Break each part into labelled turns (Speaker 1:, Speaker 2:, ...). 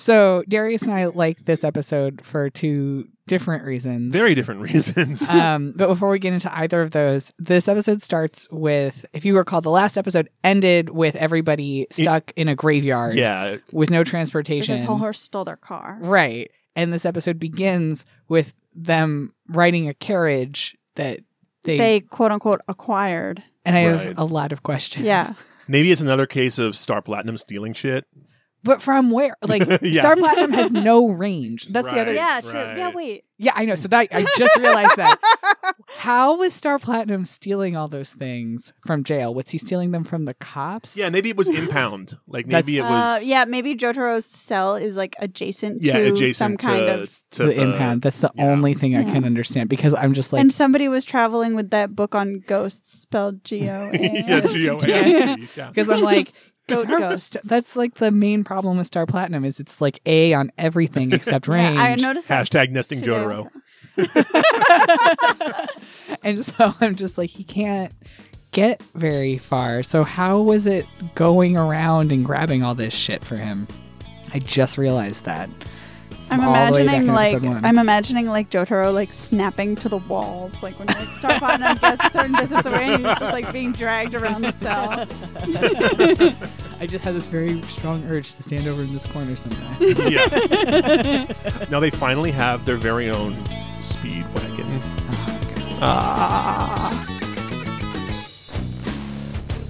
Speaker 1: So Darius and I like this episode for two different reasons.
Speaker 2: Very different reasons.
Speaker 3: Uh,
Speaker 1: um, but before we get into either of those, this episode starts with, if you recall, the last episode ended with everybody stuck in a graveyard
Speaker 2: yeah.
Speaker 1: with no
Speaker 3: Because
Speaker 1: transportation.
Speaker 3: Hallhorse stole their car.
Speaker 1: right. And this episode begins with them riding a carriage that they,
Speaker 3: They quote unquote acquired.
Speaker 1: and I have
Speaker 2: Right.
Speaker 1: a lot of questions.
Speaker 3: Yeah.
Speaker 2: Maybe it's another case of Star Platinum stealing shit.
Speaker 1: But from where? Like
Speaker 2: Yeah.
Speaker 1: Star Platinum has no range. That's the other
Speaker 2: Right,
Speaker 3: yeah, true. Yeah,
Speaker 2: right.
Speaker 3: wait.
Speaker 1: Yeah, I know. So that I just realized that. How was Star Platinum stealing all those things from jail? Was he stealing them from the cops?
Speaker 2: Yeah, maybe it was impound. Like maybe it
Speaker 1: That's-
Speaker 3: Uh,
Speaker 2: was
Speaker 3: yeah, maybe Jotaro's cell is like adjacent
Speaker 2: yeah,
Speaker 3: to
Speaker 2: adjacent
Speaker 3: some kind
Speaker 2: to,
Speaker 3: of.
Speaker 2: to
Speaker 1: the, impound. That's the
Speaker 2: uh, yeah.
Speaker 1: only thing I
Speaker 3: Yeah.
Speaker 1: can understand because I'm just like
Speaker 3: and somebody was traveling with that book on ghosts spelled G O
Speaker 2: yeah,
Speaker 3: A.
Speaker 2: G-O-S-T, yeah.
Speaker 1: because I'm like
Speaker 3: Goat
Speaker 1: Star-
Speaker 3: ghosts.
Speaker 1: That's like the main problem with Star Platinum is it's like A on everything except range.
Speaker 3: I noticed that.
Speaker 2: Hashtag nesting
Speaker 3: today
Speaker 2: Jotaro.
Speaker 3: also.
Speaker 1: and so I'm just like he can't get very far. So how was it going around and grabbing all this shit for him? I just realized that.
Speaker 3: I'm
Speaker 1: all the way back
Speaker 3: imagining
Speaker 1: in
Speaker 3: like
Speaker 1: episode one.
Speaker 3: I'm imagining like Jotaro like snapping to the walls, like when like Star Platinum gets certain distance away and he's just like being dragged around the cell.
Speaker 1: I just had this very strong urge to stand over in this corner sometime.
Speaker 2: yeah. now they finally have their very own speed wagon.
Speaker 3: Oh,
Speaker 2: Ah.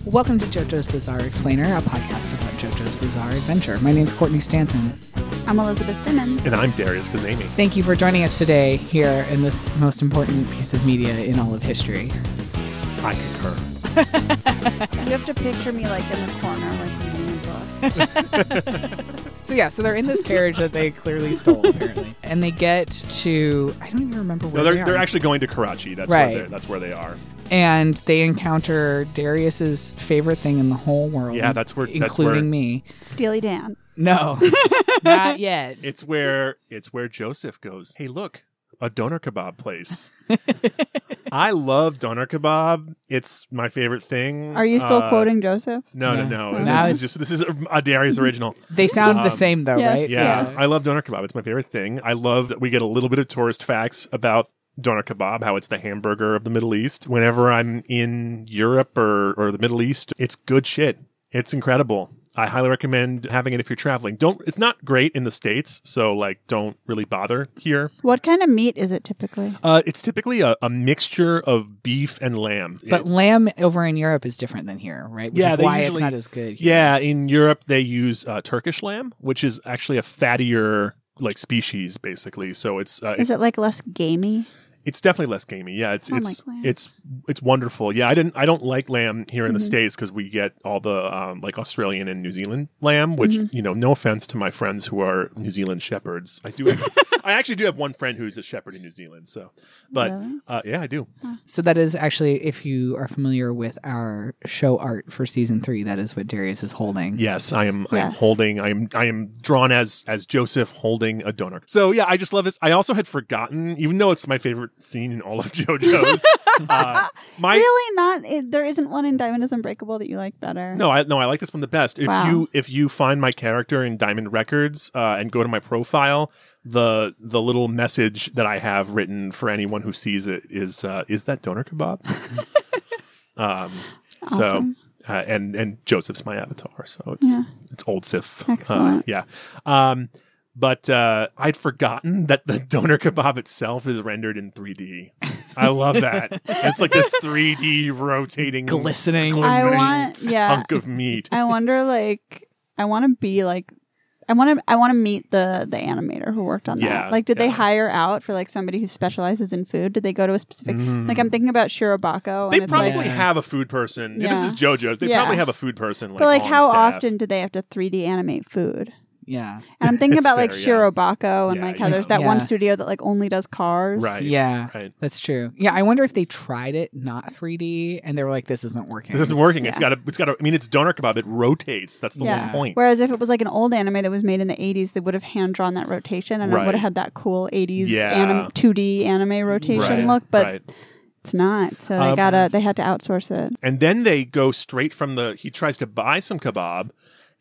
Speaker 1: Welcome to JoJo's Bizarre Explainer, a podcast about JoJo's Bizarre Adventure. My name's Courtney Stanton.
Speaker 3: I'm Elizabeth Simmons.
Speaker 2: And I'm Darius Kazemi.
Speaker 1: Thank you for joining us today here in this most important piece of media in all of history.
Speaker 2: I concur.
Speaker 3: You have to picture me like in the corner, like reading a book.
Speaker 1: So yeah, so they're in this carriage that they clearly stole apparently, and they get to I don't even remember where
Speaker 2: No, they're,
Speaker 1: they are.
Speaker 2: they're actually going to Karachi. That's
Speaker 1: Right.
Speaker 2: where they're, that's where they are.
Speaker 1: and they encounter Darius's favorite thing in the whole world.
Speaker 2: Yeah, that's where- that's
Speaker 1: including
Speaker 2: where-
Speaker 1: me.
Speaker 3: Steely Dan.
Speaker 1: No, not yet.
Speaker 2: It's where it's where Joseph goes. Hey, look, a doner kebab place. I love doner kebab. It's my favorite thing.
Speaker 3: Are you still
Speaker 2: Uh,
Speaker 3: quoting Joseph?
Speaker 2: No, no,
Speaker 1: No.
Speaker 2: no.
Speaker 1: Now
Speaker 2: This
Speaker 1: it's-
Speaker 2: is just this is a, a Darius original.
Speaker 1: They sound the
Speaker 2: Um,
Speaker 1: same though,
Speaker 3: yes,
Speaker 1: right?
Speaker 2: Yeah,
Speaker 3: Yes.
Speaker 2: I love doner kebab. It's my favorite thing. I love that we get a little bit of tourist facts about doner kebab, how it's the hamburger of the Middle East. Whenever I'm in Europe or, or the Middle East, it's good shit. It's incredible. I highly recommend having it if you're traveling. Don't. It's not great in the states, so like, don't really bother here.
Speaker 3: What kind of meat is it typically?
Speaker 2: Uh, it's typically a, a mixture of beef and lamb.
Speaker 1: But
Speaker 2: It-
Speaker 1: lamb over in Europe is different than here, right? Which
Speaker 2: Yeah,
Speaker 1: is
Speaker 2: they
Speaker 1: why
Speaker 2: usually-
Speaker 1: it's not as good. here.
Speaker 2: yeah, in Europe they use uh, Turkish lamb, which is actually a fattier like species, basically. So it's uh,
Speaker 3: Is it like less gamey?
Speaker 2: It's definitely less gamey. Yeah, it's
Speaker 3: I don't
Speaker 2: it's
Speaker 3: like lamb.
Speaker 2: it's it's wonderful. Yeah, I didn't I don't like lamb here in the
Speaker 3: Mm-hmm.
Speaker 2: states because we get all the um, like Australian and New Zealand lamb, which
Speaker 3: Mm-hmm.
Speaker 2: you know, no offense to my friends who are New Zealand shepherds. I do. Have, I actually do have one friend who's a shepherd in New Zealand. So, but
Speaker 3: Really?
Speaker 2: uh, yeah, I do.
Speaker 1: So that is actually, if you are familiar with our show art for season three, that is what Darius is holding.
Speaker 2: Yes, I am. I am
Speaker 3: Yes.
Speaker 2: holding. I am. I am drawn as as Joseph holding a donor. So yeah, I just love this. I also had forgotten, even though it's my favorite scene in all of JoJo's. uh, my
Speaker 3: really not. It, there isn't one in Diamond is Unbreakable that you like better.
Speaker 2: No, I no, I like this one the best. If
Speaker 3: Wow.
Speaker 2: you if you find my character in Diamond Records uh, and go to my profile, the the little message that I have written for anyone who sees it is uh, is that donor kebab. um,
Speaker 3: Awesome.
Speaker 2: So uh, and and Joseph's my avatar, so it's
Speaker 3: Yeah.
Speaker 2: it's old Sif. Uh,
Speaker 3: Excellent.
Speaker 2: yeah. Um, but uh, I'd forgotten that the donor kebab itself is rendered in 3D. I love that. it's like this 3D rotating
Speaker 1: Glistening.
Speaker 3: I
Speaker 2: listening
Speaker 3: want. Yeah.
Speaker 2: hunk of meat.
Speaker 3: I wonder. Like, I want to be like. I want to. I want to meet the the animator who worked on
Speaker 2: Yeah,
Speaker 3: that. Like, did they
Speaker 2: yeah.
Speaker 3: hire out for like somebody who specializes in food? Did they go to a specific? Like, I'm thinking about Shirobako.
Speaker 2: Mm.
Speaker 3: And
Speaker 2: They
Speaker 3: it's
Speaker 2: probably
Speaker 3: Like,
Speaker 1: Yeah.
Speaker 2: have a food person. Yeah, This
Speaker 3: Yeah.
Speaker 2: is JoJo's. They
Speaker 3: Yeah.
Speaker 2: probably have a food person. Like,
Speaker 3: but like,
Speaker 2: on
Speaker 3: how
Speaker 2: staff.
Speaker 3: often do they have to 3D animate food?
Speaker 1: Yeah.
Speaker 3: And I'm thinking
Speaker 2: It's
Speaker 3: about like
Speaker 2: fair, yeah.
Speaker 3: Shirobako and
Speaker 2: Yeah,
Speaker 3: like how
Speaker 2: yeah.
Speaker 3: there's that one
Speaker 1: Yeah.
Speaker 3: studio that like only does cars.
Speaker 2: Right.
Speaker 1: Yeah.
Speaker 2: Right.
Speaker 1: That's true. Yeah. I wonder if they tried it not 3D and they were like, this isn't working.
Speaker 2: This isn't working. It's
Speaker 3: Yeah.
Speaker 2: got to. It's got to. I mean, it's doner kebab. It rotates. That's the
Speaker 3: Yeah.
Speaker 2: whole point.
Speaker 3: Whereas if it was like an old anime that was made in the 80s, they would have hand drawn that rotation and
Speaker 2: Right.
Speaker 3: it would have had that cool 80s
Speaker 2: Yeah.
Speaker 3: anim- 2D anime rotation look, but
Speaker 2: right.
Speaker 3: it's not. So
Speaker 2: Um,
Speaker 3: they gotta they had to outsource it.
Speaker 2: and then they go straight from the. He tries to buy some kebab,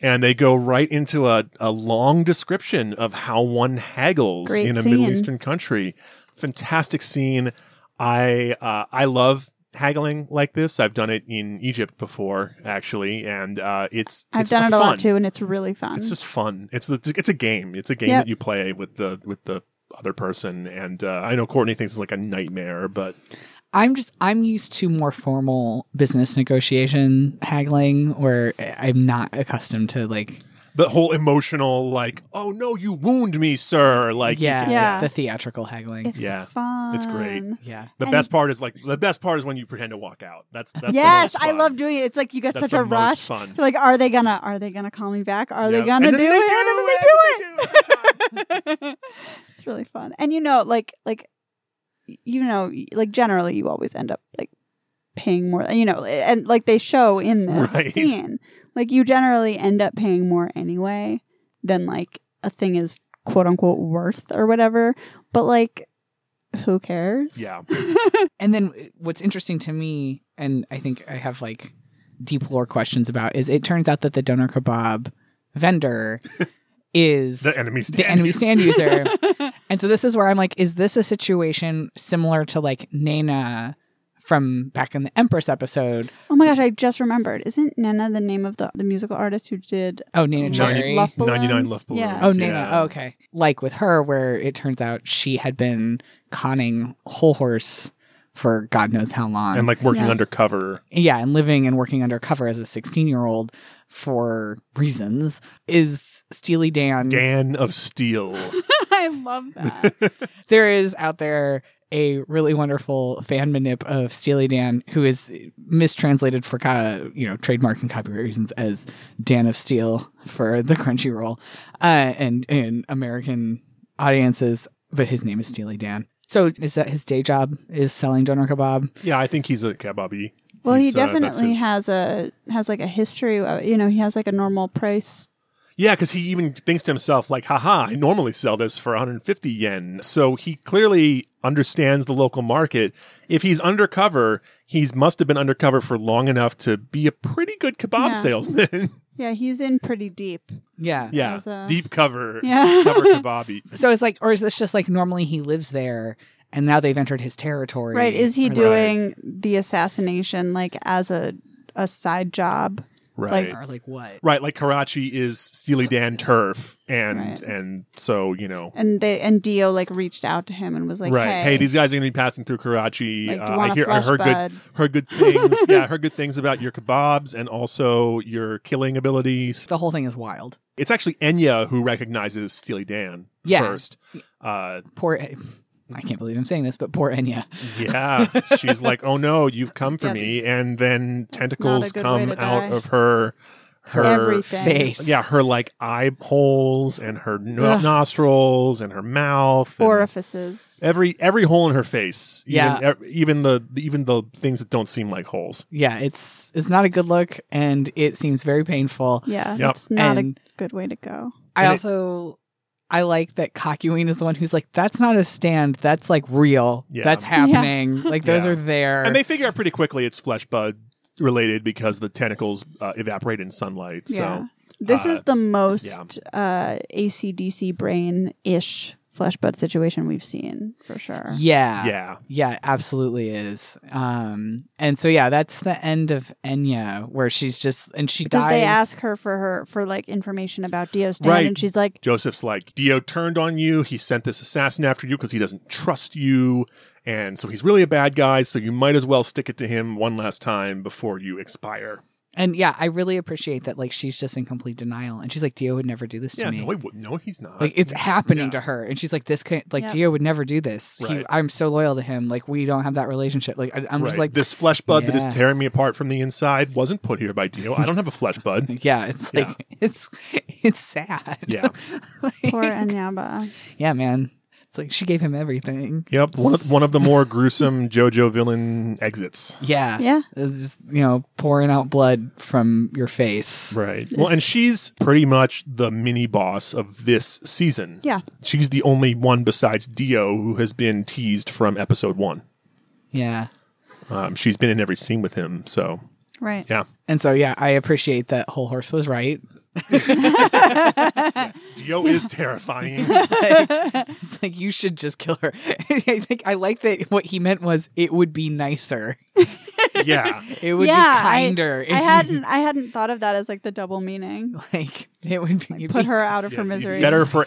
Speaker 2: and they go right into a, a long description of how one haggles
Speaker 3: Great
Speaker 2: in a
Speaker 3: scene.
Speaker 2: Middle Eastern country. Fantastic scene. I uh, I love haggling like this. I've done it in Egypt before, actually, and uh, it's
Speaker 3: I've
Speaker 2: it's
Speaker 3: done it a
Speaker 2: fun.
Speaker 3: lot too, and it's really fun.
Speaker 2: It's just fun. It's the, it's a game. It's a game
Speaker 3: Yeah.
Speaker 2: that you play with the with the other person. And uh, I know Courtney thinks it's like a nightmare, but
Speaker 1: I'm just I'm used to more formal business negotiation haggling where I'm not accustomed to like
Speaker 2: the whole emotional like, oh no, you wound me, sir. Like, you
Speaker 1: yeah,
Speaker 2: can-
Speaker 3: Yeah.
Speaker 1: the theatrical haggling.
Speaker 3: It's
Speaker 2: Yeah.
Speaker 3: fun.
Speaker 2: It's great.
Speaker 1: yeah.
Speaker 2: the
Speaker 3: and-
Speaker 2: best part is like the best part is when you pretend to walk out. That's that's the
Speaker 3: yes,
Speaker 2: most
Speaker 3: I
Speaker 2: fun.
Speaker 3: love doing it. It's like you get
Speaker 2: That's
Speaker 3: such
Speaker 2: the
Speaker 3: a
Speaker 2: most
Speaker 3: rush.
Speaker 2: fun.
Speaker 3: You're like, are they gonna are they gonna call me back?
Speaker 2: Yep.
Speaker 3: Are they gonna
Speaker 2: And
Speaker 3: do
Speaker 2: then
Speaker 3: it? And
Speaker 2: And then they do it.
Speaker 3: then they do it. it's really fun. And you know, like like you know, like generally you always end up like paying more you know, and like they show in this
Speaker 2: Right.
Speaker 3: scene. Like you generally end up paying more anyway than like a thing is quote unquote worth or whatever. But like who cares?
Speaker 2: Yeah.
Speaker 1: And then uh, what's interesting to me, and I think I have like deep lore questions about, is it turns out that the doner kebab vendor is
Speaker 2: The enemy stand.
Speaker 1: the enemy
Speaker 2: user.
Speaker 1: stand user. and so this is where I'm like, is this a situation similar to like Nana from back in the Empress episode?
Speaker 3: Oh my gosh, I just remembered. Isn't Nena the name of the, the musical artist who did
Speaker 1: Oh, Nana
Speaker 2: Ninety-
Speaker 1: Cherry.
Speaker 3: Luff Balloons?
Speaker 2: 99 Luff Balloons.
Speaker 3: Yeah.
Speaker 1: Oh, Nana.
Speaker 2: Yeah.
Speaker 1: Oh, okay. Like with her, where it turns out she had been conning Whole Horse for God knows how long.
Speaker 2: and like working
Speaker 3: Yeah.
Speaker 2: undercover.
Speaker 1: yeah, and living and working undercover as a 16 year old for reasons is Steely Dan.
Speaker 2: Dan of Steel.
Speaker 3: I love that.
Speaker 1: There is out there a really wonderful fan manip of Steely Dan who is mistranslated for co- you know trademark and copyright reasons as Dan of Steel for the Crunchyroll uh, and in American audiences, but his name is Steely Dan. So is that his day job is selling doner kebab?
Speaker 2: yeah, I think he's a kebabi.
Speaker 3: Well, he
Speaker 2: He's, uh, that's
Speaker 3: definitely
Speaker 2: his-
Speaker 3: has a has like a history. Of, you know, he has like a normal price.
Speaker 2: Yeah, because he even thinks to himself, like, haha, I normally sell this for 150 yen. So he clearly understands the local market. If he's undercover, he's must have been undercover for long enough to be a pretty good kebab
Speaker 3: Yeah.
Speaker 2: salesman.
Speaker 3: Yeah, he's in pretty deep.
Speaker 1: Yeah.
Speaker 2: yeah.
Speaker 3: As a-
Speaker 2: Deep cover.
Speaker 3: uh, Yeah.
Speaker 2: cover kebabby.
Speaker 1: So it's like, or is this just like normally he lives there and now they've entered his territory?
Speaker 3: Right? Is he
Speaker 1: Or-
Speaker 3: doing the assassination like as a a side job?
Speaker 2: Right.
Speaker 1: Or like what?
Speaker 2: right. Like Karachi is Steely Dan turf. And,
Speaker 3: Right.
Speaker 2: and so, you know.
Speaker 3: And they and Dio like reached out to him and was like,
Speaker 2: right.
Speaker 3: Hey,
Speaker 2: Hey. these guys are going to be passing through Karachi.
Speaker 3: Like, do
Speaker 2: uh,
Speaker 3: you want
Speaker 2: I
Speaker 3: a
Speaker 2: hear, I
Speaker 3: flesh
Speaker 2: heard
Speaker 3: bud?
Speaker 2: good, heard good things. yeah, I heard good things about your kebabs and also your killing abilities.
Speaker 1: The whole thing is wild.
Speaker 2: It's actually Enya who recognizes Steely Dan
Speaker 1: Yeah.
Speaker 2: first. Uh,
Speaker 1: Poor, I can't believe I'm saying this, but poor Enya.
Speaker 2: yeah, she's like, "Oh no, you've come for
Speaker 3: Yeah.
Speaker 2: me!" And then tentacles
Speaker 3: a good
Speaker 2: come
Speaker 3: way to
Speaker 2: out
Speaker 3: die.
Speaker 2: of her, her
Speaker 3: Everything.
Speaker 1: Face.
Speaker 2: Yeah, her like eye holes and her no-
Speaker 3: Ugh.
Speaker 2: nostrils and her mouth. and
Speaker 3: orifices.
Speaker 2: Every every hole in her face, even,
Speaker 1: Yeah.
Speaker 2: ev- even the even the things that don't seem like holes.
Speaker 1: Yeah. It's, it's not a good look and it seems very painful.
Speaker 3: Yeah,
Speaker 2: Yep.
Speaker 3: that's not
Speaker 1: And-
Speaker 3: a good way to go.
Speaker 1: I
Speaker 2: And it-
Speaker 1: also, I like that Cockyween is the one who's like, that's not a stand. That's like real.
Speaker 2: Yeah.
Speaker 1: That's happening. Like those
Speaker 2: Yeah.
Speaker 1: are there.
Speaker 2: And they figure out pretty quickly it's flesh bud related because the tentacles uh, evaporate in sunlight. So
Speaker 3: This
Speaker 2: uh,
Speaker 3: is the most uh, ACDC brain ish flesh bud situation we've seen for sure.
Speaker 1: yeah.
Speaker 2: yeah,
Speaker 1: Yeah, it absolutely is. Um, and so yeah, that's the end of Enya, where she's just and she
Speaker 3: Because
Speaker 1: dies.
Speaker 3: they ask her for her for like information about Dio's dad,
Speaker 2: Right.
Speaker 3: and she's like,
Speaker 2: Joseph's like, Dio turned on you. He sent this assassin after you because he doesn't trust you. And so he's really a bad guy. So you might as well stick it to him one last time before you expire.
Speaker 1: and yeah, I really appreciate that. Like she's just in complete denial, and she's like, "Dio would never do this to
Speaker 2: yeah,
Speaker 1: me."
Speaker 2: no, he would. No, he's not.
Speaker 1: like it's happening
Speaker 2: yeah.
Speaker 1: to her, and she's like, "This can't." Like
Speaker 3: Yeah.
Speaker 1: Dio would never do this. He-
Speaker 2: Right.
Speaker 1: I'm so loyal to him. Like we don't have that relationship. Like I, I'm
Speaker 2: Right.
Speaker 1: just like
Speaker 2: this flesh bud that
Speaker 1: Yeah.
Speaker 2: is tearing me apart from the inside wasn't put here by Dio. I don't have a flesh bud.
Speaker 1: Yeah, it's like it's it's sad.
Speaker 2: Yeah.
Speaker 1: Like,
Speaker 3: "Poor Anyaba."
Speaker 1: yeah, man. It's like she gave him everything.
Speaker 2: Yep. One of, one of the more gruesome JoJo villain exits.
Speaker 1: Yeah,
Speaker 3: Yeah.
Speaker 1: It's, you know, pouring out blood from your face.
Speaker 2: Right. Well, and she's pretty much the mini boss of this season.
Speaker 3: Yeah.
Speaker 2: She's the only one besides Dio who has been teased from episode one.
Speaker 1: Yeah.
Speaker 2: Um, she's been in every scene with him. So,
Speaker 3: Right.
Speaker 2: yeah.
Speaker 1: And so, yeah, I appreciate that Whole Horse was right.
Speaker 2: Dio is terrifying.
Speaker 1: It's like you should just kill her. I think I like that what he meant was it would be nicer.
Speaker 2: yeah.
Speaker 1: It would
Speaker 3: Yeah,
Speaker 1: be
Speaker 3: I-
Speaker 1: kinder. if
Speaker 3: I
Speaker 1: you-
Speaker 3: hadn't I hadn't thought of that as like the double meaning.
Speaker 1: like it would be
Speaker 3: Like, put her out of
Speaker 2: Yeah,
Speaker 3: her
Speaker 2: it'd be
Speaker 3: misery.
Speaker 2: Better for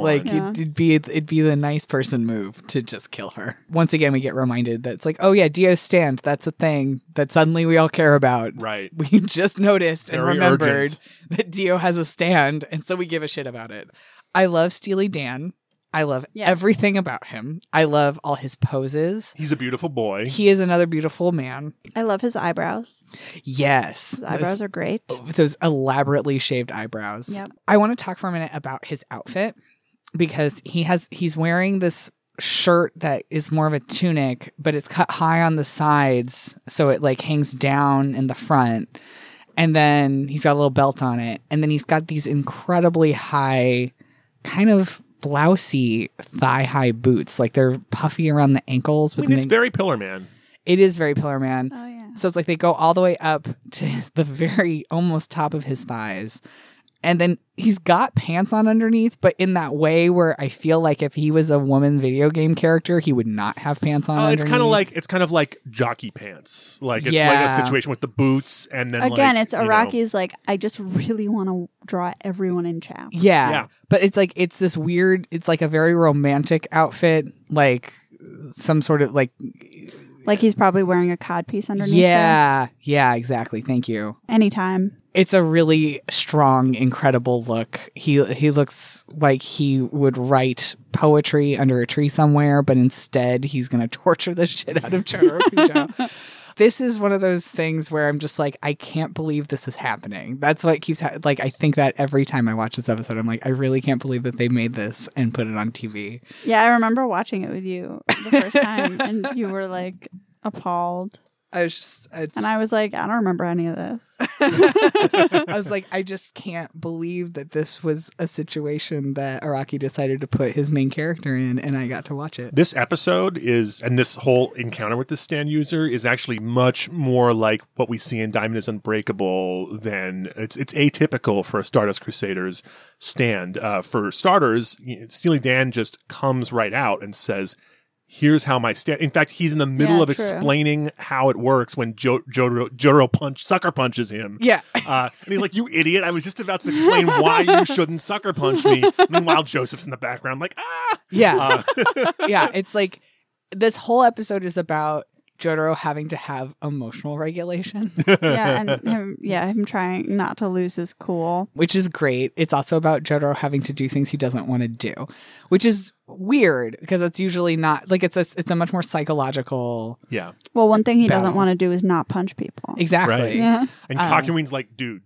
Speaker 1: like
Speaker 3: Yeah.
Speaker 1: it'd, it'd be it'd be the nice person move to just kill her. Once again, we get reminded that it's like, oh yeah, Dio stand. That's a thing that suddenly we all care about.
Speaker 2: right.
Speaker 1: We just noticed and
Speaker 2: Very
Speaker 1: remembered
Speaker 2: urgent.
Speaker 1: that Dio has a stand, and so we give a shit about it. I love Steely Dan. I love
Speaker 3: Yes.
Speaker 1: everything about him. I love all his poses.
Speaker 2: He's a beautiful boy.
Speaker 1: He is another beautiful man.
Speaker 3: I love his eyebrows.
Speaker 1: Yes.
Speaker 3: His eyebrows are great.
Speaker 2: Oh.
Speaker 1: with those elaborately shaved eyebrows.
Speaker 3: Yep.
Speaker 1: I want to talk for a minute about his outfit because he has he's wearing this shirt that is more of a tunic, but it's cut high on the sides, so it like hangs down in the front. And then he's got a little belt on it, and then he's got these incredibly high, kind of blousey thigh high boots. Like they're puffy around the ankles,
Speaker 2: I
Speaker 1: but
Speaker 2: mean,
Speaker 1: then
Speaker 2: it's
Speaker 1: they-
Speaker 2: very Pillar Man.
Speaker 1: it is very Pillar Man.
Speaker 3: Oh yeah.
Speaker 1: So it's like they go all the way up to the very almost top of his thighs. And then he's got pants on underneath, but in that way where I feel like if he was a woman video game character, he would not have pants on.
Speaker 2: Oh, it's kind of
Speaker 1: underneath.
Speaker 2: like it's kind of like jockey pants. Like it's like
Speaker 1: Yeah.
Speaker 2: a situation with the boots and then
Speaker 3: Again,
Speaker 2: like,
Speaker 3: it's
Speaker 2: you know-
Speaker 3: Iraqi's like I just really want to draw everyone in chow.
Speaker 1: yeah.
Speaker 2: Yeah.
Speaker 1: But it's like it's this weird, it's like a very romantic outfit, like some sort of like
Speaker 3: Like he's probably wearing a codpiece underneath. there.
Speaker 1: Yeah. Yeah, exactly. Thank you.
Speaker 3: Anytime.
Speaker 1: it's a really strong, incredible look. He he looks like he would write poetry under a tree somewhere, but instead he's going to torture the shit out of Charo Kujo. This is one of those things where I'm just like, I can't believe this is happening. That's what keeps ha- like I think that every time I watch this episode, I'm like, I really can't believe that they made this and put it on TV.
Speaker 3: Yeah, I remember watching it with you the first time, and you were like appalled,
Speaker 1: I was just, it's,
Speaker 3: and I was like, I don't remember any of this.
Speaker 1: I was like, I just can't believe that this was a situation that Araki decided to put his main character in, and I got to watch it.
Speaker 2: This episode is, and this whole encounter with the stand user is actually much more like what we see in Diamond is Unbreakable than it's it's atypical for a Stardust Crusaders stand. Uh, for starters, you know, Steely Dan just comes right out and says, "Here's how my stand." In fact, he's in the middle
Speaker 3: Yeah,
Speaker 2: of
Speaker 3: true.
Speaker 2: explaining how it works when jo- Jotaro, Jotaro punch sucker punches him.
Speaker 1: Yeah.
Speaker 2: Uh, and he's like, "You idiot! I was just about to explain why you shouldn't sucker punch me." Meanwhile, Joseph's in the background, like, "Ah!"
Speaker 1: Yeah.
Speaker 2: Uh,
Speaker 1: yeah. It's like this whole episode is about Jotaro having to have emotional regulation,
Speaker 3: yeah, and him, yeah, him trying not to lose his cool.
Speaker 1: which is great. It's also about Jotaro having to do things he doesn't want to do, which is weird because it's usually not like it's a it's a much more psychological
Speaker 2: yeah.
Speaker 3: Well, one thing he doesn't
Speaker 1: Battle.
Speaker 3: want to do is not punch people.
Speaker 1: exactly.
Speaker 2: Right.
Speaker 3: Yeah.
Speaker 2: And
Speaker 1: Uh,
Speaker 2: Cockyween's like, dude,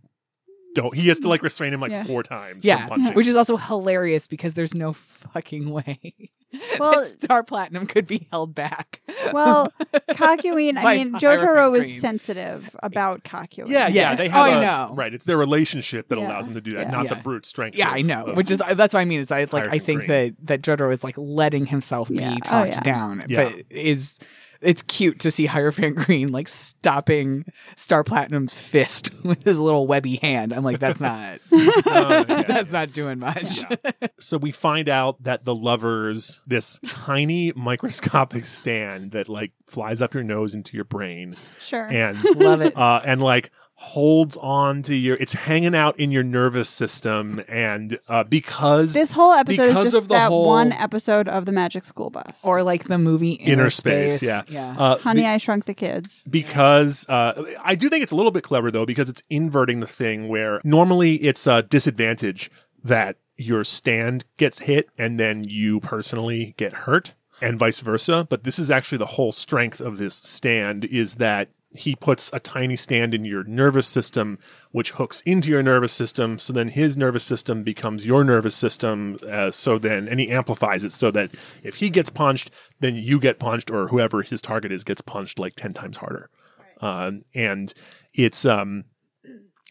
Speaker 2: don't. He has to like restrain him like
Speaker 3: Yeah.
Speaker 2: four times.
Speaker 1: Yeah,
Speaker 2: From punching.
Speaker 1: which is also hilarious because there's no fucking way
Speaker 3: Well-
Speaker 1: that Star Platinum could be held back.
Speaker 3: Well, Kakuyin, I
Speaker 1: By
Speaker 3: mean,
Speaker 1: Hierophant
Speaker 3: Jotaro
Speaker 1: Green.
Speaker 3: is sensitive about Kakuyin.
Speaker 2: yeah, yeah.
Speaker 1: Yes.
Speaker 2: They have
Speaker 1: Oh, I
Speaker 2: a-
Speaker 1: know.
Speaker 2: Right. It's their relationship that
Speaker 3: Yeah.
Speaker 2: allows them to do that,
Speaker 3: Yeah.
Speaker 2: not the
Speaker 1: Yeah.
Speaker 2: brute strength.
Speaker 1: yeah,
Speaker 2: of-
Speaker 1: I know.
Speaker 2: of-
Speaker 1: Which is that's what I mean. Is I like I
Speaker 2: Hierophant
Speaker 1: think
Speaker 2: Green.
Speaker 1: that that Jotaro is like letting himself
Speaker 3: Yeah.
Speaker 1: be
Speaker 3: Oh,
Speaker 1: talked
Speaker 3: yeah.
Speaker 1: down,
Speaker 2: Yeah.
Speaker 1: but is it's cute to see Hierophant Green like stopping Star Platinum's fist with his little webby hand. I'm like, that's not
Speaker 2: Uh, yeah, yeah.
Speaker 1: that's not doing much.
Speaker 2: So we find out that the lovers, this tiny microscopic stand that like flies up your nose into your brain,
Speaker 3: Sure.
Speaker 2: and
Speaker 1: Love it.
Speaker 2: uh, and like holds on to your. It's hanging out in your nervous system, and uh, because
Speaker 3: this whole episode
Speaker 2: because
Speaker 3: is
Speaker 2: of
Speaker 3: just
Speaker 2: the
Speaker 3: that
Speaker 2: whole-
Speaker 3: one episode of the Magic School Bus.
Speaker 1: Or like the movie Inner,
Speaker 2: Inner Space, yeah.
Speaker 1: yeah.
Speaker 2: uh,
Speaker 3: Honey, I Shrunk the Kids.
Speaker 2: because uh, I do think it's a little bit clever though because it's inverting the thing where normally it's a disadvantage that your stand gets hit and then you personally get hurt and vice versa but this is actually the whole strength of this stand is that he puts a tiny stand in your nervous system which hooks into your nervous system so then his nervous system becomes your nervous system uh, so then and he amplifies it so that if he gets punched then you get punched or whoever his target is gets punched like 10 times harder um, and it's um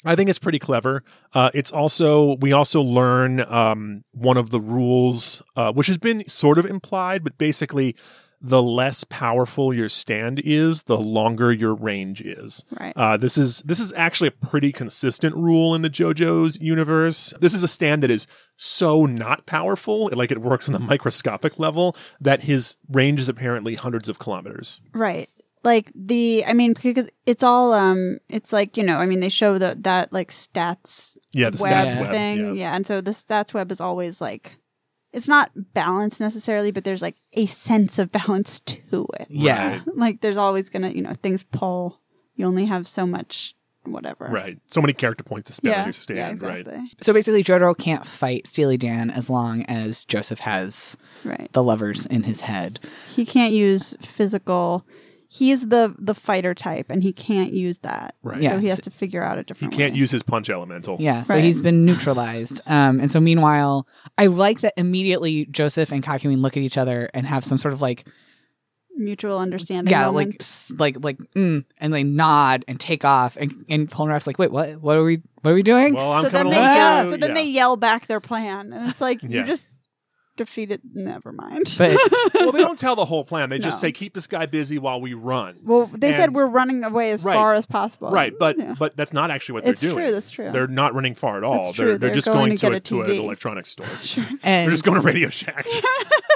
Speaker 2: I think it's pretty clever. Uh, it's also we also learn um, one of the rules, uh, which has been sort of implied, but basically, the less powerful your stand is, the longer your range is.
Speaker 3: Right.
Speaker 2: Uh, this is this is actually a pretty consistent rule in the JoJo's universe. This is a stand that is so not powerful, like it works on the microscopic level, that his range is apparently hundreds of kilometers.
Speaker 3: Right. Like the I mean because it's all um it's like, you know, I mean they show the that like stats
Speaker 2: Yeah, the
Speaker 3: web
Speaker 2: stats web.
Speaker 3: thing.
Speaker 2: yeah.
Speaker 3: Yeah. And so the stats web is always like it's not balanced necessarily, but there's like a sense of balance to it.
Speaker 1: Yeah.
Speaker 2: Right.
Speaker 3: Like there's always gonna, you know, things pull. You only have so much whatever.
Speaker 2: Right. So many character points to spend
Speaker 3: Yeah.
Speaker 2: on your stand,
Speaker 3: yeah,
Speaker 2: right?
Speaker 3: exactly.
Speaker 1: So basically, Jotaro can't fight Steely Dan as long as Joseph has
Speaker 3: Right.
Speaker 1: the levers in his head.
Speaker 3: He can't use physical he is the the fighter type and he can't use that.
Speaker 2: Right.
Speaker 1: Yeah.
Speaker 3: So he has
Speaker 1: So-
Speaker 3: to figure out a
Speaker 2: He
Speaker 3: different
Speaker 2: can't
Speaker 3: way.
Speaker 2: use his punch elemental.
Speaker 1: Yeah, so
Speaker 3: Right.
Speaker 1: he's been neutralized. Um, and so meanwhile, I like that immediately Joseph and Kakyoin look at each other and have some sort of like
Speaker 3: mutual understanding.
Speaker 1: yeah,
Speaker 3: moment.
Speaker 1: like s- like like mm, and they nod and take off and and Polnareff's like, "Wait, what? What are we what are we doing?"
Speaker 2: Well, I'm
Speaker 3: so then
Speaker 2: coming
Speaker 3: they
Speaker 1: along.
Speaker 3: yell,
Speaker 2: too.
Speaker 3: so then
Speaker 2: Yeah.
Speaker 3: they yell back their plan, and it's like
Speaker 2: Yeah.
Speaker 3: you just defeated. Never mind.
Speaker 1: but
Speaker 2: well, they don't tell the whole plan. They just
Speaker 3: No.
Speaker 2: say keep this guy busy while we run.
Speaker 3: well, they said
Speaker 2: and-
Speaker 3: we're running away as
Speaker 2: Right.
Speaker 3: far as possible.
Speaker 2: right, but
Speaker 3: Yeah.
Speaker 2: but that's not actually what
Speaker 3: it's
Speaker 2: they're doing.
Speaker 3: true. That's true.
Speaker 2: They're not running far at all.
Speaker 3: That's
Speaker 2: they're,
Speaker 3: true.
Speaker 2: they're
Speaker 3: They're
Speaker 2: just
Speaker 3: going
Speaker 2: going,
Speaker 3: to get
Speaker 2: to,
Speaker 3: a
Speaker 2: to an
Speaker 3: TV.
Speaker 2: electronics store.
Speaker 3: sure.
Speaker 2: They're
Speaker 1: and
Speaker 2: just going to Radio Shack.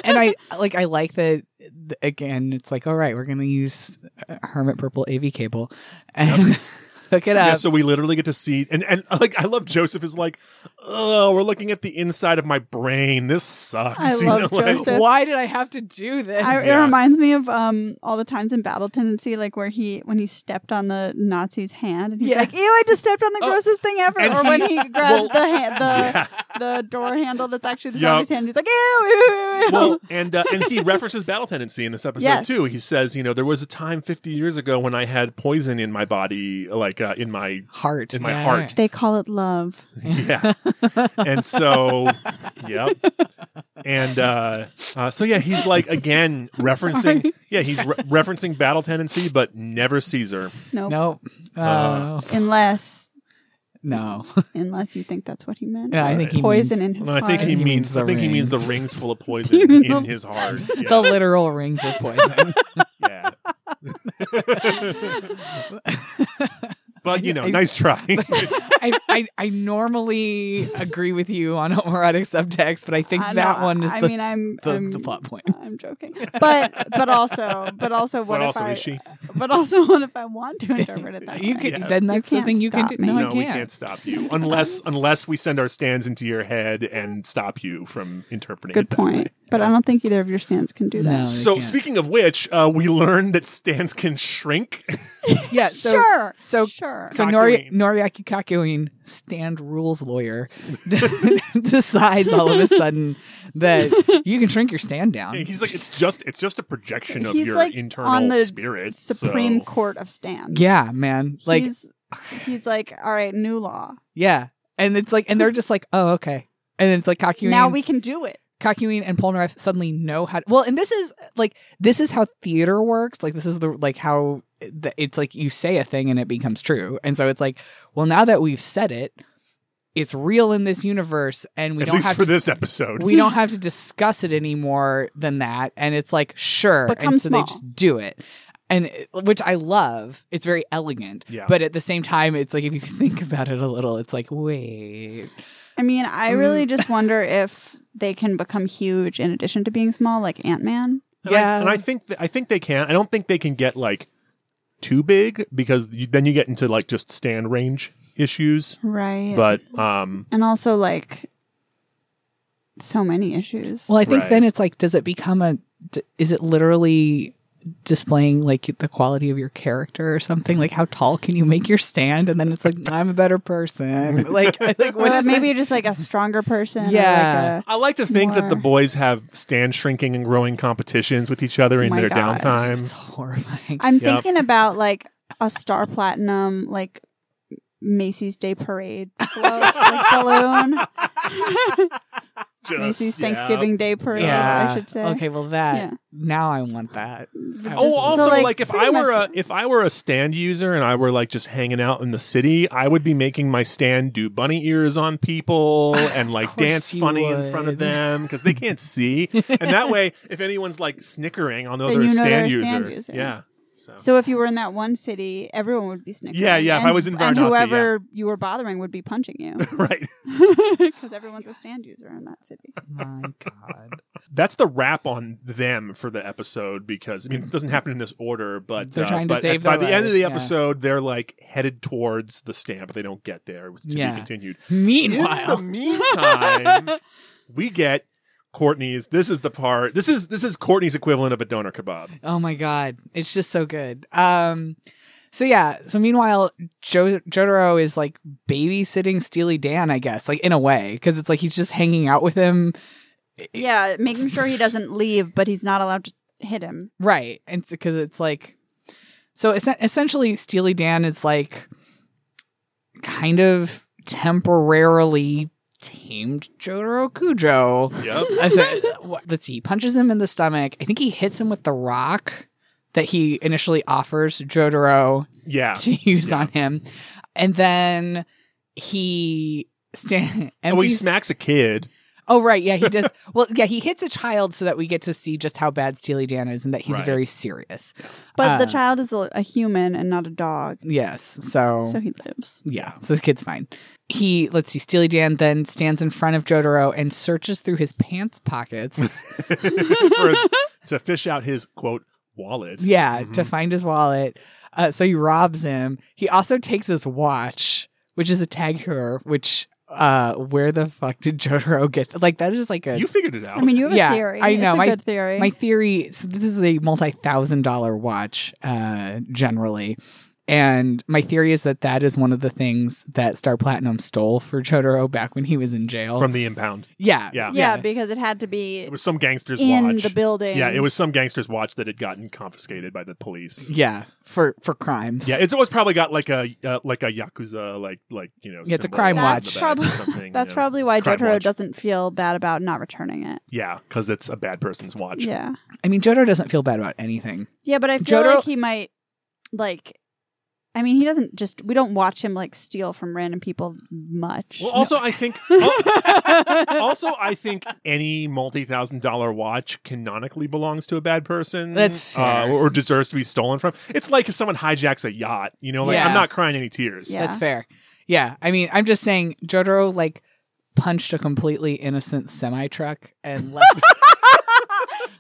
Speaker 1: and I like I like that th- again. It's like, all right, we're gonna use uh, Hermit Purple AV cable and hook it up.
Speaker 2: yeah, so we literally get to see and and like I love Joseph is like, oh, we're looking at the inside of my brain. This sucks.
Speaker 3: I love
Speaker 2: like-
Speaker 3: Joseph.
Speaker 1: Why did I have to do this?
Speaker 3: I, It
Speaker 2: Yeah.
Speaker 3: reminds me of um, all the times in Battle Tendency, like where he when he stepped on the Nazi's hand, and he's
Speaker 1: Yeah.
Speaker 3: like, "Ew, I just stepped on the
Speaker 2: Oh,
Speaker 3: grossest thing ever."
Speaker 2: and
Speaker 3: Or
Speaker 2: he-
Speaker 3: when he
Speaker 2: well,
Speaker 3: grabs the hand, the
Speaker 2: Yeah.
Speaker 3: the door handle that's actually the
Speaker 2: Yup.
Speaker 3: zombie's hand, he's like, "Ew, ew, ew, ew."
Speaker 2: well, and uh, and he references battle tendency in this episode
Speaker 3: Yes.
Speaker 2: too. He says, you know, there was a time 50 years ago when I had poison in my body, like uh, in my
Speaker 1: heart
Speaker 2: in my
Speaker 1: Yeah.
Speaker 2: heart.
Speaker 3: they call it love.
Speaker 2: yeah. and so, yep. And uh, uh, so yeah, he's like again referencing
Speaker 3: sorry.
Speaker 2: yeah he's re- referencing battle tendency, but never Caesar.
Speaker 3: Nope.
Speaker 1: Nope. Oh,
Speaker 2: Uh,
Speaker 3: Unless
Speaker 1: no.
Speaker 3: unless you think that's what he meant.
Speaker 1: Yeah, I
Speaker 3: Or
Speaker 1: think he
Speaker 3: poison
Speaker 1: means-
Speaker 3: in his
Speaker 2: No, I think
Speaker 3: heart.
Speaker 1: He
Speaker 2: he means
Speaker 1: means
Speaker 2: I
Speaker 1: the
Speaker 2: think he means the
Speaker 1: rings.
Speaker 2: rings full of poison in his heart.
Speaker 1: The
Speaker 2: Yeah.
Speaker 1: literal rings of poison.
Speaker 2: yeah. but you know, nice try.
Speaker 1: I, I I normally agree with you on homoerotic subtext, but I um, think
Speaker 3: I
Speaker 1: that
Speaker 3: know,
Speaker 1: one is
Speaker 3: I
Speaker 1: the,
Speaker 3: mean, I'm,
Speaker 1: the,
Speaker 3: I'm
Speaker 1: the plot point.
Speaker 3: I'm joking, but but also but also what
Speaker 2: but
Speaker 3: if
Speaker 2: also,
Speaker 3: I
Speaker 2: is she?
Speaker 3: but also what if I want to interpret it that
Speaker 1: You
Speaker 3: way?
Speaker 1: could
Speaker 2: Yeah.
Speaker 1: then that's
Speaker 3: can't
Speaker 1: something you can
Speaker 3: stop
Speaker 1: do.
Speaker 3: me.
Speaker 1: No, I
Speaker 2: no,
Speaker 1: can't.
Speaker 2: we can't stop you unless unless we send our stands into your head and stop you from interpreting.
Speaker 3: Good
Speaker 2: it that way.
Speaker 3: point. But I don't think either of your stands can do
Speaker 1: No,
Speaker 3: that.
Speaker 1: they
Speaker 2: So
Speaker 1: can't.
Speaker 2: speaking of which, uh, we learned that stands can shrink.
Speaker 1: yeah, so
Speaker 3: sure.
Speaker 1: so-
Speaker 3: sure.
Speaker 1: so Nori,
Speaker 2: Kakyoin.
Speaker 1: Noriaki Kakyoin, stand rules lawyer, decides all of a sudden that you can shrink your stand down.
Speaker 2: He's like, it's just it's just a projection of
Speaker 3: He's
Speaker 2: your
Speaker 3: like
Speaker 2: internal
Speaker 3: on the
Speaker 2: spirit.
Speaker 3: Supreme
Speaker 2: so.
Speaker 3: Court of stands.
Speaker 1: Yeah, man. Like
Speaker 3: he's, he's like, all right, new law.
Speaker 1: yeah, and it's like, and they're just like, oh okay, and it's like Kakyoin.
Speaker 3: now we can do it.
Speaker 1: Kakyoin and Polnareff suddenly know how. well, and this is like this is how theater works. Like this is the like how the, it's like you say a thing and it becomes true. And so it's like, well, now that we've said it, it's real in this universe, and we
Speaker 2: At
Speaker 1: don't
Speaker 2: least
Speaker 1: have
Speaker 2: for
Speaker 1: to,
Speaker 2: this episode.
Speaker 1: we don't have to discuss it anymore than that. And it's like sure,
Speaker 3: Become
Speaker 1: and so
Speaker 3: small.
Speaker 1: they just do it. And it- which I love. It's very elegant.
Speaker 2: Yeah.
Speaker 1: But at the same time, it's like if you think about it a little, it's like, wait.
Speaker 3: I mean, I really
Speaker 1: Mm.
Speaker 3: just wonder if they can become huge in addition to being small, like Ant Man.
Speaker 2: And I-
Speaker 1: Yeah.
Speaker 2: and I think th- I think they can. I don't think they can get like too big because you, then you get into like just stand range issues.
Speaker 3: Right.
Speaker 2: But um,
Speaker 3: and also like so many issues.
Speaker 1: Well, I think
Speaker 2: Right.
Speaker 1: then it's like, does it become a? d- Is it literally displaying like the quality of your character or something? Like, how tall can you make your stand? And then it's like, I'm a better person. Like, I think
Speaker 3: Or
Speaker 1: what is
Speaker 3: maybe just like a stronger person. or, like,
Speaker 1: Yeah.
Speaker 3: a-
Speaker 2: I like to think that the
Speaker 3: More.
Speaker 2: boys have stand shrinking and growing competitions with each other in
Speaker 3: my
Speaker 2: their
Speaker 3: God.
Speaker 1: It's
Speaker 2: downtime.
Speaker 1: horrifying.
Speaker 3: I'm
Speaker 2: Yep.
Speaker 3: thinking about like a Star Platinum like Macy's Day Parade float, like, balloon. Macy's
Speaker 2: yeah.
Speaker 3: Thanksgiving Day parade.
Speaker 1: yeah.
Speaker 3: I should say.
Speaker 1: Okay, well that
Speaker 3: Yeah.
Speaker 1: now I want that.
Speaker 3: But
Speaker 2: Oh,
Speaker 3: just-
Speaker 2: also
Speaker 3: so,
Speaker 2: like, if
Speaker 3: pretty
Speaker 2: I were
Speaker 3: much-
Speaker 2: a if I were a stand user and I were like just hanging out in the city, I would be making my stand do bunny ears on people and like
Speaker 1: course
Speaker 2: dance
Speaker 1: you
Speaker 2: funny in front of
Speaker 1: would.
Speaker 2: them because they can't see. and that way, if anyone's like snickering, I'll know
Speaker 3: Then
Speaker 2: they're a
Speaker 3: you know
Speaker 2: stand,
Speaker 3: they're
Speaker 2: user.
Speaker 3: a stand user.
Speaker 2: Yeah. So.
Speaker 3: So if you were in that one city, everyone would be snickering.
Speaker 2: Yeah, yeah, if
Speaker 3: And-
Speaker 2: I was in
Speaker 3: and
Speaker 2: Varanasi,
Speaker 3: whoever you were bothering would be punching you
Speaker 2: right.
Speaker 3: because everyone's a stand user in that city.
Speaker 1: Oh My God,
Speaker 2: That's the wrap on them for the episode because I mean it doesn't happen in this order, but
Speaker 1: They're
Speaker 2: uh,
Speaker 1: trying to
Speaker 2: but
Speaker 1: save
Speaker 2: by
Speaker 1: their
Speaker 2: the end of
Speaker 1: lives,
Speaker 2: the
Speaker 1: yeah.
Speaker 2: episode, they're like headed towards the stamp. They don't get there. It's to
Speaker 1: Yeah.
Speaker 2: be continued. In the
Speaker 1: meanwhile,
Speaker 2: meantime, we get Courtney's. This is the part. This is this is Courtney's equivalent of a doner kebab.
Speaker 1: oh my God, it's just so good. Um, so yeah, so meanwhile, jo- Jotaro is like babysitting Steely Dan, I guess, like in a way, because it's like he's just hanging out with him,
Speaker 3: Yeah, making sure he doesn't leave, but he's not allowed to hit him.
Speaker 1: right? And because it's like, so es- essentially, Steely Dan is like kind of temporarily tamed Jotaro Kujo.
Speaker 2: Yep.
Speaker 1: I said, what- let's see. He punches him in the stomach. I think he hits him with the rock that he initially offers Jotaro
Speaker 2: Yeah.
Speaker 1: to use
Speaker 2: yeah.
Speaker 1: on him, and then he stand.
Speaker 2: Oh, he
Speaker 1: empties-
Speaker 2: smacks a kid.
Speaker 1: oh, right, yeah, he does. well, yeah, he hits a child so that we get to see just how bad Steely Dan is and that he's
Speaker 2: Right.
Speaker 1: very serious.
Speaker 3: But the
Speaker 1: Uh,
Speaker 3: child is a, a human and not a dog,
Speaker 1: Yes,
Speaker 2: Oh.
Speaker 1: so,
Speaker 3: so he lives.
Speaker 1: yeah, so the kid's fine. He let's see. Steely Dan then stands in front of Jotaro and searches through his pants pockets.
Speaker 2: for his, to fish out his quote wallet.
Speaker 1: Yeah, to
Speaker 2: Mhm.
Speaker 1: find his wallet. Uh, so he robs him. He also takes his watch, which is a tag heuer, which uh where the fuck did Jotaro get like that is like a
Speaker 2: You figured it out.
Speaker 3: I mean, you have
Speaker 1: Yeah,
Speaker 3: a theory.
Speaker 1: I know,
Speaker 3: It's a
Speaker 1: my-
Speaker 3: good theory.
Speaker 1: my theory so this is a multi-thousand dollar watch uh generally and my theory is that that is one of the things that Star Platinum stole for Jotaro back when he was in jail.
Speaker 2: From the impound.
Speaker 1: yeah.
Speaker 2: Yeah.
Speaker 3: yeah, because it had to be
Speaker 2: It was some gangster's
Speaker 3: in
Speaker 2: watch.
Speaker 3: the building.
Speaker 2: yeah, it was some gangster's watch that had gotten confiscated by the police.
Speaker 1: Yeah, for for crimes.
Speaker 2: Yeah, it's always probably got like a uh, like a yakuza like like you know.
Speaker 1: Yeah, it's a
Speaker 2: symbol
Speaker 1: crime
Speaker 2: on
Speaker 1: watch.
Speaker 2: the back
Speaker 3: That's
Speaker 2: or
Speaker 3: probably
Speaker 2: something,
Speaker 3: that's
Speaker 2: you know.
Speaker 3: probably why
Speaker 2: Crime
Speaker 3: Jotaro
Speaker 2: watch.
Speaker 3: doesn't feel bad about not returning it.
Speaker 2: Yeah, because it's a bad person's watch.
Speaker 3: Yeah,
Speaker 1: I mean Jotaro doesn't feel bad about anything.
Speaker 3: yeah, but I feel
Speaker 1: Jotaro-
Speaker 3: like he might like. I mean, he doesn't just. We don't watch him like steal from random people much.
Speaker 2: Well, also I think al- also I think any multi-thousand dollar watch canonically belongs to a bad person.
Speaker 1: That's
Speaker 2: uh,
Speaker 1: fair.
Speaker 2: or deserves to be stolen from. It's like if someone hijacks a yacht. You know, like
Speaker 1: Yeah.
Speaker 2: I'm not crying any tears.
Speaker 3: Yeah.
Speaker 1: That's fair. Yeah. I mean, I'm just saying Jotaro like punched a completely innocent semi truck and left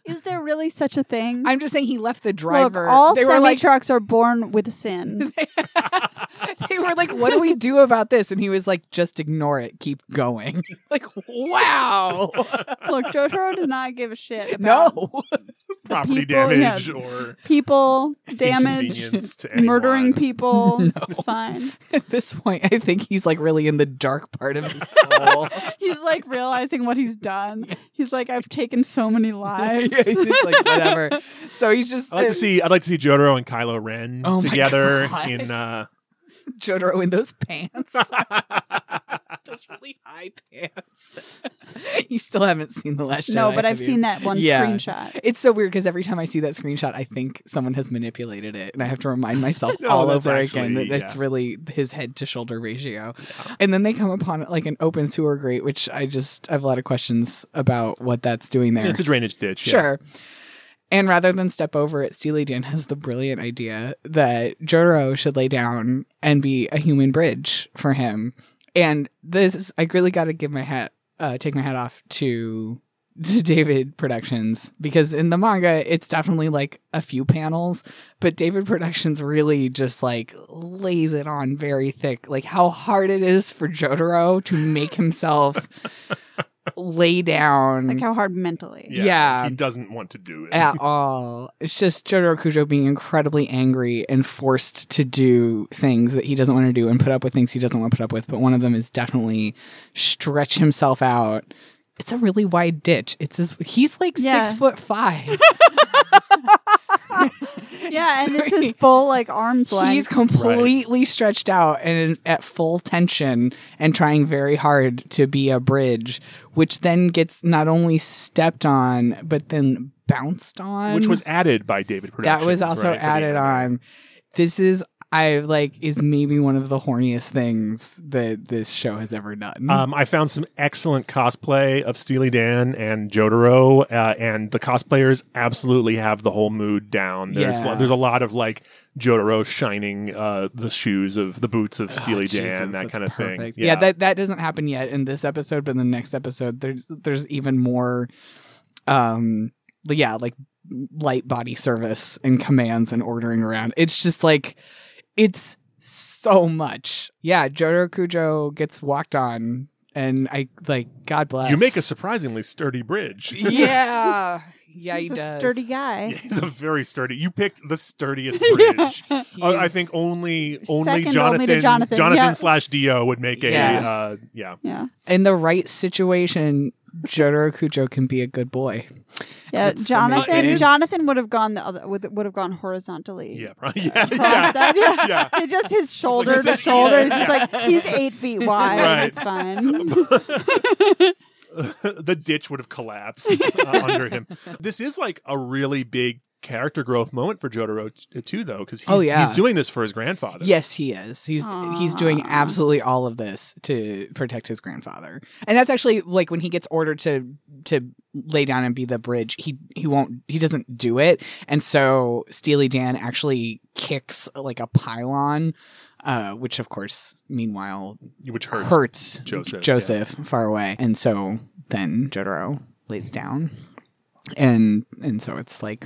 Speaker 3: is there really such a thing?
Speaker 1: I'm just saying he left the
Speaker 3: Look,
Speaker 1: driver.
Speaker 3: all
Speaker 1: they were
Speaker 3: semi
Speaker 1: like
Speaker 3: trucks are born with sin.
Speaker 1: they were like, What do we do about this? And he was like, just ignore it, keep going. like, wow.
Speaker 3: Look, Jotaro does not give a shit. About
Speaker 1: no.
Speaker 2: Property
Speaker 3: people- yeah.
Speaker 2: damage or
Speaker 3: people damage,
Speaker 2: inconvenience to anyone.
Speaker 3: murdering people. It's fine.
Speaker 1: At this point, I think he's like really in the dark part of his soul.
Speaker 3: He's like realizing what he's done. He's like, I've taken so many
Speaker 1: Yeah,
Speaker 3: lives.
Speaker 1: he's just like, whatever. So he's just
Speaker 2: I'd like to see I'd like to see Jotaro and Kylo Ren
Speaker 1: Oh my
Speaker 2: together
Speaker 1: gosh.
Speaker 2: in uh
Speaker 1: Jotaro in those pants. those really high pants. you still haven't seen the last Jedi.
Speaker 3: no, but I've
Speaker 1: have you?
Speaker 3: seen that one
Speaker 1: Yeah.
Speaker 3: screenshot.
Speaker 1: It's so weird because every time I see that screenshot, I think someone has manipulated it, and I have to remind myself
Speaker 2: No,
Speaker 1: all
Speaker 2: that's
Speaker 1: over again
Speaker 2: actually-
Speaker 1: that it's
Speaker 2: yeah.
Speaker 1: really his head to shoulder ratio. And then they come upon like an open sewer grate, which I just I have a lot of questions about what that's doing there.
Speaker 2: it's a drainage ditch. yeah.
Speaker 1: Sure. And rather than step over it, Steely Dan has the brilliant idea that Jotaro should lay down and be a human bridge for him. And this, is- I really got to give my hat, uh, take my hat off to, to David Productions because in the manga, it's definitely like a few panels, but David Productions really just like lays it on very thick, like how hard it is for Jotaro to make himself lay down.
Speaker 2: Mm.
Speaker 3: Like how hard mentally.
Speaker 2: Yeah.
Speaker 1: Yeah.
Speaker 2: He doesn't want to do it.
Speaker 1: at all. It's just Jotaro Kujo being incredibly angry and forced to do things that he doesn't want to do and put up with things he doesn't want to put up with. But one of them is definitely stretch himself out. It's a really wide ditch. It's his, he's like
Speaker 3: Yeah.
Speaker 1: six foot five.
Speaker 3: Yeah, and
Speaker 1: So
Speaker 3: it's his
Speaker 1: he-
Speaker 3: full like arms length.
Speaker 1: He's completely stretched out and in- at full tension and trying very hard to be a bridge, which then gets not only stepped on, but then bounced on.
Speaker 2: which was added by David Productions.
Speaker 1: that was also
Speaker 2: right, for the
Speaker 1: added
Speaker 2: anime.
Speaker 1: on. This is I like is maybe one of the horniest things that this show has ever done.
Speaker 2: Um, I found some excellent cosplay of Steely Dan and Jotaro, uh, and the cosplayers absolutely have the whole mood down. There's
Speaker 1: Yeah.
Speaker 2: there's a lot of like Jotaro shining uh, the shoes of the boots of Steely Dan,
Speaker 1: Oh, Jesus,
Speaker 2: that
Speaker 1: that's
Speaker 2: kind of
Speaker 1: perfect.
Speaker 2: thing.
Speaker 1: Yeah. that that doesn't happen yet in this episode, but in the next episode, there's there's even more, um, yeah, like light body service and commands and ordering around. It's just like, it's so much. Yeah, Jotaro Kujo gets walked on, and I like God bless.
Speaker 2: you make a surprisingly sturdy bridge.
Speaker 1: yeah, yeah,
Speaker 3: He's
Speaker 1: he
Speaker 3: a
Speaker 1: does.
Speaker 3: sturdy guy.
Speaker 2: He's a very sturdy. You picked the sturdiest
Speaker 3: Yeah.
Speaker 2: bridge. Uh, I think only only
Speaker 3: Second only to
Speaker 2: Jonathan
Speaker 3: Jonathan,
Speaker 2: Jonathan,
Speaker 3: yeah.
Speaker 2: slash Dio would make a
Speaker 1: Yeah.
Speaker 2: uh, yeah.
Speaker 3: Yeah,
Speaker 1: in the right situation, Jotaro Kujo can be a good boy.
Speaker 3: yeah.
Speaker 1: That's
Speaker 3: Jonathan,
Speaker 2: amazing. It is-
Speaker 3: Jonathan would have gone the other would, would have gone horizontally.
Speaker 2: Yeah, probably. Yeah,
Speaker 3: Across
Speaker 2: yeah.
Speaker 3: that, yeah.
Speaker 2: yeah.
Speaker 3: It just his shoulder
Speaker 2: this
Speaker 3: to
Speaker 2: is-
Speaker 3: shoulder.
Speaker 2: yeah,
Speaker 3: It's just like he's eight feet wide.
Speaker 2: Right.
Speaker 3: It's fine.
Speaker 2: the ditch would have collapsed uh, under him. This is like a really big character growth moment for Jotaro t- uh, too, though, because he's,
Speaker 1: Oh, yeah.
Speaker 2: he's doing this for his grandfather.
Speaker 1: Yes, he is. He's he's doing
Speaker 3: Aw.
Speaker 1: absolutely all of this to protect his grandfather. And that's actually like when he gets ordered to to lay down and be the bridge, he he won't he doesn't do it. And so Steely Dan actually kicks like a pylon uh, which of course meanwhile
Speaker 2: which hurts.
Speaker 1: hurts,
Speaker 2: Joseph,
Speaker 1: Joseph far away. And so then Jotaro lays down. And and so it's like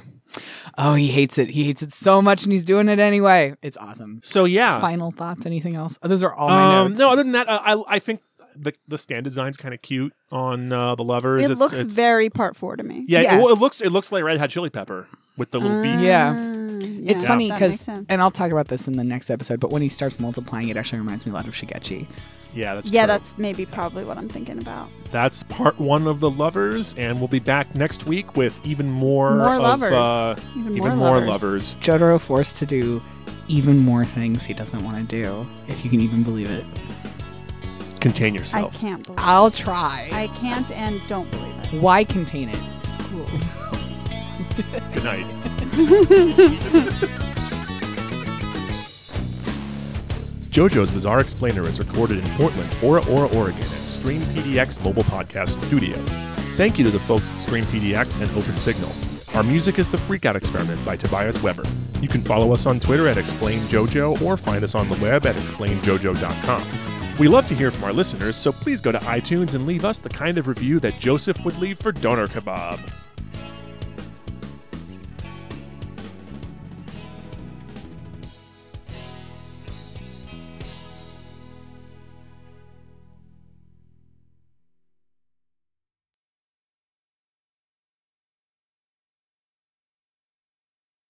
Speaker 1: oh he hates it. He hates it so much and he's doing it anyway. It's awesome
Speaker 2: So
Speaker 3: Uh,
Speaker 2: yeah,
Speaker 1: final thoughts anything else Oh, those are all my
Speaker 2: um,
Speaker 1: notes
Speaker 2: no. Other than that, uh, I I think the the stand design's kind of cute on uh, the lovers.
Speaker 3: It
Speaker 2: it's,
Speaker 3: looks
Speaker 2: it's,
Speaker 3: very part four to me.
Speaker 2: yeah.
Speaker 1: Yeah. Mm.
Speaker 2: It, well, it looks it looks like Red Hot Chili Pepper with the little beak.
Speaker 1: Yeah.
Speaker 3: Mm, yeah.
Speaker 1: it's funny
Speaker 3: that makes
Speaker 1: because
Speaker 3: sense.
Speaker 1: and i'll talk about this in the next episode but when he starts multiplying it actually reminds me a lot of shigechi
Speaker 2: Yeah, that's
Speaker 3: yeah,
Speaker 2: true.
Speaker 3: that's maybe probably what I'm thinking about.
Speaker 2: that's part one of the lovers, and we'll be back next week with even more
Speaker 3: More
Speaker 2: of,
Speaker 3: lovers.
Speaker 2: Uh,
Speaker 3: Even
Speaker 2: even,
Speaker 3: more
Speaker 2: more
Speaker 3: lovers.
Speaker 2: lovers.
Speaker 1: jotaro forced to do even more things he doesn't want to do if you can even believe it
Speaker 2: Contain
Speaker 3: I
Speaker 2: yourself.
Speaker 3: can't believe. it.
Speaker 1: i'll try
Speaker 3: I can't and don't believe it.
Speaker 1: why contain it it's cool
Speaker 2: Good night. JoJo's Bizarre Explainer is recorded in Portland, Ora Ora, Oregon at Stream PDX Mobile Podcast Studio. Thank you to the folks at Stream PDX and Open Signal. Our music is The Freakout Experiment by Tobias Weber. You can follow us on Twitter at ExplainJojo or find us on the web at explainjojo.com. We love to hear from our listeners, so please go to iTunes and leave us the kind of review that Joseph would leave for Donor Kebab.